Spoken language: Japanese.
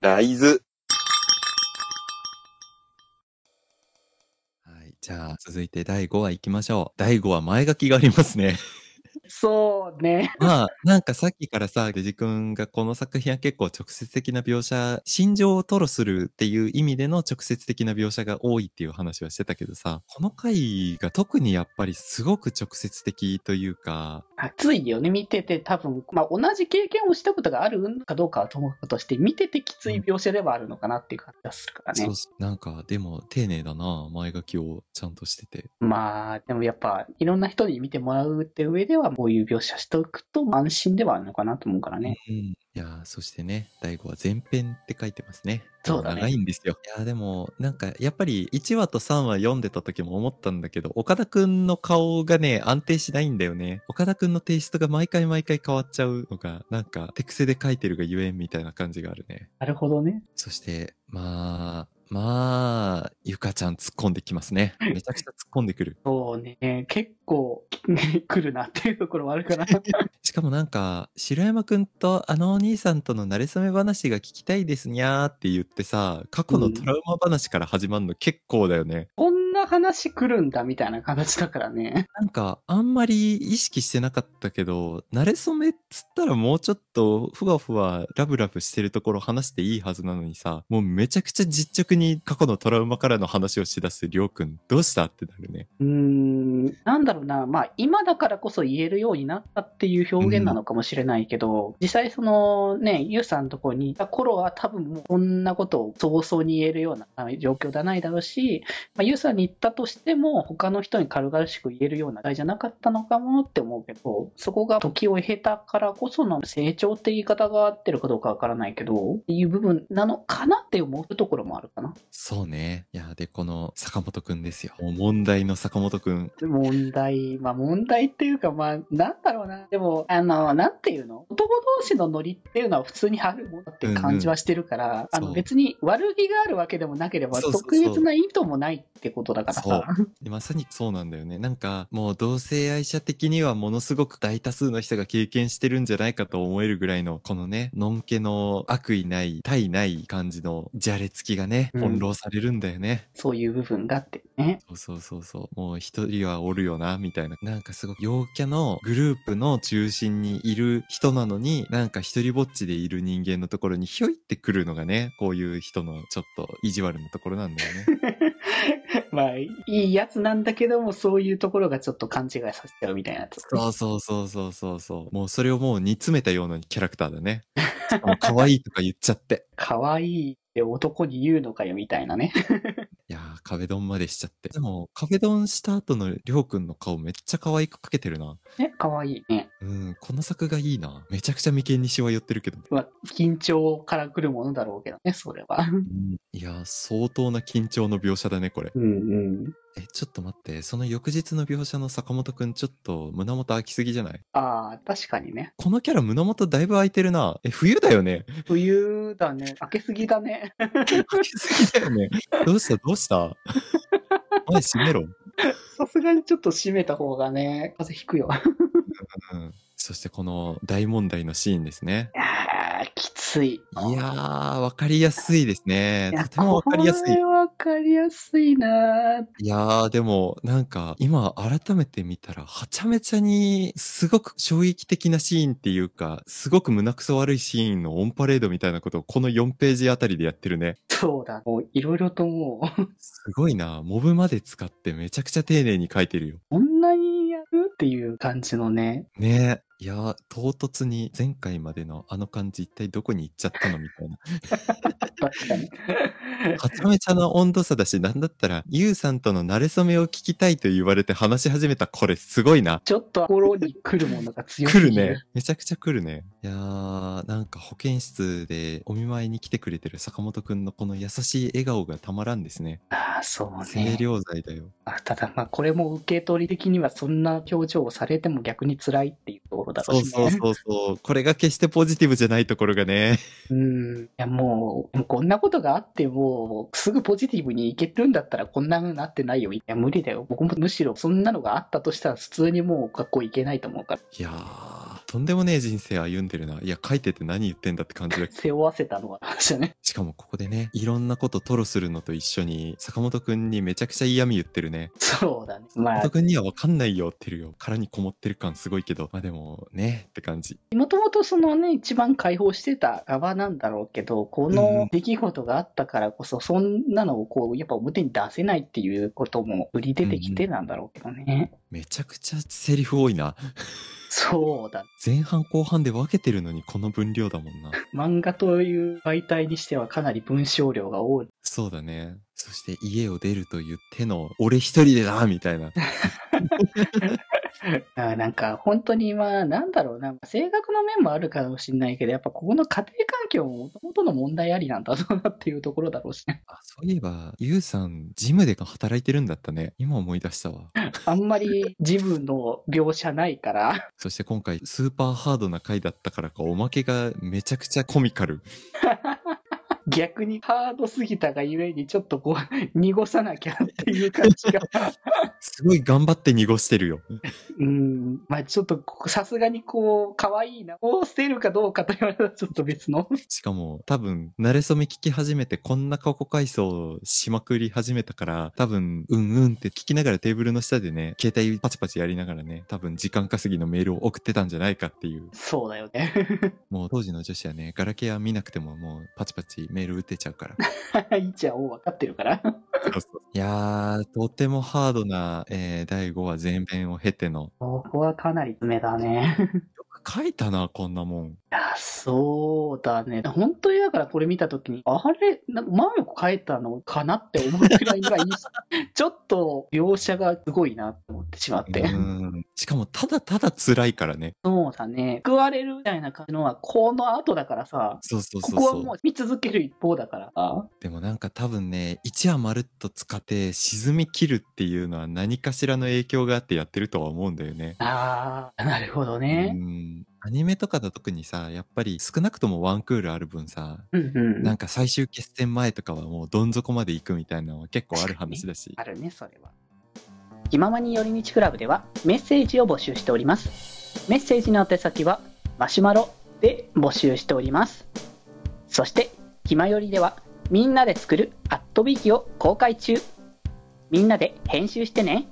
大豆。はい。じゃあ、続いて第5話行きましょう。第5話、前書きがありますね。 そうね。まあ、なんかさっきからさ、デジ君がこの作品は結構直接的な描写、心情を吐露するっていう意味での直接的な描写が多いっていう話はしてたけどさ、この回が特にやっぱりすごく直接的というか、熱いよね、見てて多分、まあ、同じ経験をしたことがあるかどうかはともかくとして、見ててきつい描写ではあるのかなっていう感じがするからね。そうそうなんかでも丁寧だな、前書きをちゃんとしてて。まあ、でもやっぱ、いろんな人に見てもらうって上では、こういう描写しておくと安心ではあるのかなと思うからね。うん、いやーそしてね、第5話前編って書いてますね。そうだね長いんですよ。いやーでも、なんか、やっぱり1話と3話読んでた時も思ったんだけど、岡田くんの顔がね、安定しないんだよね。岡田くんのテイストが毎回毎回変わっちゃうのが、なんか、手癖で書いてるがゆえんみたいな感じがあるね。なるほどね。そして、まあ、まあ、ゆかちゃん突っ込んできますね。めちゃくちゃ突っ込んでくる。そうね。結構、 来るなっていうところはあるかな。しかもなんか、白山くんとあのお兄さんとの馴れ初め話が聞きたいですにゃーって言ってさ、過去のトラウマ話から始まるの結構だよね。こんな話来るんだみたいな形だからね。なんか、あんまり意識してなかったけど、馴れ初めっつったらもうちょっとふわふわラブラブしてるところ話していいはずなのにさ、もうめちゃくちゃ実直に過去のトラウマからの話をしだすりょうくん、どうしたってなるね。うーん、なんだろうな。まあ、今だからこそ言えるようになったっていう表現なのかもしれないけど、実際そのね、ゆうさんのところにいた頃は多分もうこんなことを早々に言えるようなあ状況ではないだろうし、まあ、ユーさんに行ったとしても、他の人に軽々しく言えるような題じゃなかったのかもって思うけど、そこが時を経たからこその成長って言い方が合ってるかどうかわからないけど、っていう部分なのかなって思うところもあるかな。そうね。いや、で、この坂本くんですよ。もう問題の坂本くん。問題、まあ問題っていうか、まあなんだろうな。でも、あの、なんていうの男同士のノリっていうのは普通にあるものだって感じはしてるから、あそのう別に悪気があるわけでもなければ、そうそうそう特別な意図もないってことだからさ。でまさにそうなんだよね。なんか、もう同性愛者的にはものすごく大多数の人が経験してるんじゃないかと思えるぐらいの、このね、のんけの悪意ない、対ない感じのじゃれつきがね、うん翻弄されるんだよね。そういう部分があってね。そうそうそうそう。もう一人はおるよな、みたいな。なんかすごく陽キャのグループの中心にいる人なのに、なんか一人ぼっちでいる人間のところにひょいってくるのがね、こういう人のちょっと意地悪なところなんだよね。まあ、いいやつなんだけども、そういうところがちょっと勘違いさせちゃうみたいなやつ。そうそうそうそうそうそう。もうそれをもう煮詰めたようなキャラクターだね。しかも可愛いとか言っちゃって。可愛いって男に言うのかよみたいなね。いやー、壁ドンまでしちゃって。でも、壁ドンした後のりょうくんの顔めっちゃ可愛く描けてるな。ね、可愛いね。うん、この作がいいな。めちゃくちゃ眉間にしわ寄ってるけど。まあ、緊張から来るものだろうけどね、それは。うん、いやー、相当な緊張の描写だね、これ。うんうん。え、ちょっと待って、その翌日の描写の坂本くん、ちょっと胸元開きすぎじゃないああ、確かにね。このキャラ胸元だいぶ開いてるな。え、冬だよね。 冬だね。開けすぎだね。開きすぎだよね。どうしたどうした 前閉めろ。 さすがにちょっと閉めた方がね、風邪ひくよ。うんそしてこの大問題のシーンですね。いやー、きつい。いやー、わかりやすいですね。とてもわかりやすいこ。れわかりやすいなーいやー、でも、なんか、今改めて見たら、はちゃめちゃに、すごく衝撃的なシーンっていうか、すごく胸くそ悪いシーンのオンパレードみたいなことを、この4ページあたりでやってるね。そうだ。もういろいろともう。すごいな。モブまで使ってめちゃくちゃ丁寧に書いてるよ。こんなにやるっていう感じのね。ねえ。いやー、唐突に前回までのあの感じ一体どこに行っちゃったのみたいな。確かに。はちゃめちゃな温度差だし、なんだったら、ゆうさんとの馴れ初めを聞きたいと言われて話し始めたこれすごいな。ちょっと心に来るものが強す来るぎね。。めちゃくちゃ来るね。いやー、なんか保健室でお見舞いに来てくれてる坂本くんのこの優しい笑顔がたまらんですね。ああ、そう清ね。涼剤だよ。あただまあこれも受け取り的にはそんな表情をされても逆に辛いっていうところだろそううしね。そうそうそう。これが決してポジティブじゃないところがね。 うん。いやもう、もうこんなことがあっても、すぐポジティブにいけるんだったらこんな風になってないよ。いや無理だよ。僕もむしろそんなのがあったとしたら普通にもう学校行けないと思うから。いやー、とんでもねえ人生歩んでるな。いや、書いてて何言ってんだって感じだけど背負わせたのが私はね。 しかもここでね、いろんなことトロするのと一緒に、坂本くんにめちゃくちゃ嫌味言ってるね。そうだね。ま坂あ本、くんにはわかんないよってるよ。殻にこもってる感すごいけど、まあでもね、って感じ。もともとそのね、一番解放してた側なんだろうけど、こうんうのん出来事があったからこそ、そんなのをこう、やっぱ表に出せないっていうことも売り出てきてなんだろうけどね。めちゃくちゃセリフ多いな。そうだ。前半後半で分けてるのにこの分量だもんな。漫画という媒体にしてはかなり文章量が多い。そうだね。そして家を出るという手の、俺一人でだみたいな。あなんか本当にまあなんだろうな、性格の面もあるかもしれないけど、やっぱここの家庭環境ももともとの問題ありなんだろうなっていうところだろうしね。あ、そういえば、ゆうさん、ジムで働いてるんだったね。今思い出したわ。あんまりジムの描写ないから、 そして今回、スーパーハードな回だったからか、おまけがめちゃくちゃコミカル。逆にハードすぎたがゆえにちょっとこう、濁さなきゃっていう感じ が。すごい頑張って濁してるよ。うん、まあちょっとさすがにこう、可愛いな。こう捨てるかどうかと言われたらちょっと別の。しかも、多分、慣れ初め聞き始めて、こんな過去回想しまくり始めたから、多分、うんうんって聞きながらテーブルの下でね、携帯パチパチやりながらね、多分時間稼ぎのメールを送ってたんじゃないかっていう。そうだよね。 もう当時の女子はね、ガラケーは見なくてももうパチパチメール打てちゃう から。いちゃんを分かってるから。いやー、とてもハードな、えー第5話前編を経ての。ここはかなり爪だね。よく書いたな、こんなもん。いや、そうだね。本当にだからこれ見たときに、あれ、なんか前も書いたのかなって思うくらいがいい。 ちょっと描写がすごいなって思ってしまっうて。ーんしかも、ただただ辛いからね。そうだね。救われるみたいな感じのは、この後だからさ、そうそうこそうこはそう。もう見続ける一方だからさ。でもなんか多分ね、一話まるっと使って沈み切るっていうのは何かしらの影響があってやってるとは思うんだよね。ああ、なるほどうね。ん。アニメとかだと特にさ、やっぱり少なくともワンクールある分さ、うんうん。なんか最終決戦前とかはもうどん底まで行くみたいなのは結構ある話だし。あるね、それは。気ままに寄り道クラブではメッセージを募集しております。メッセージの宛先はマシュマロで募集しております。そして、気まよりではみんなで作るアットビーキを公開中。みんなで編集してね。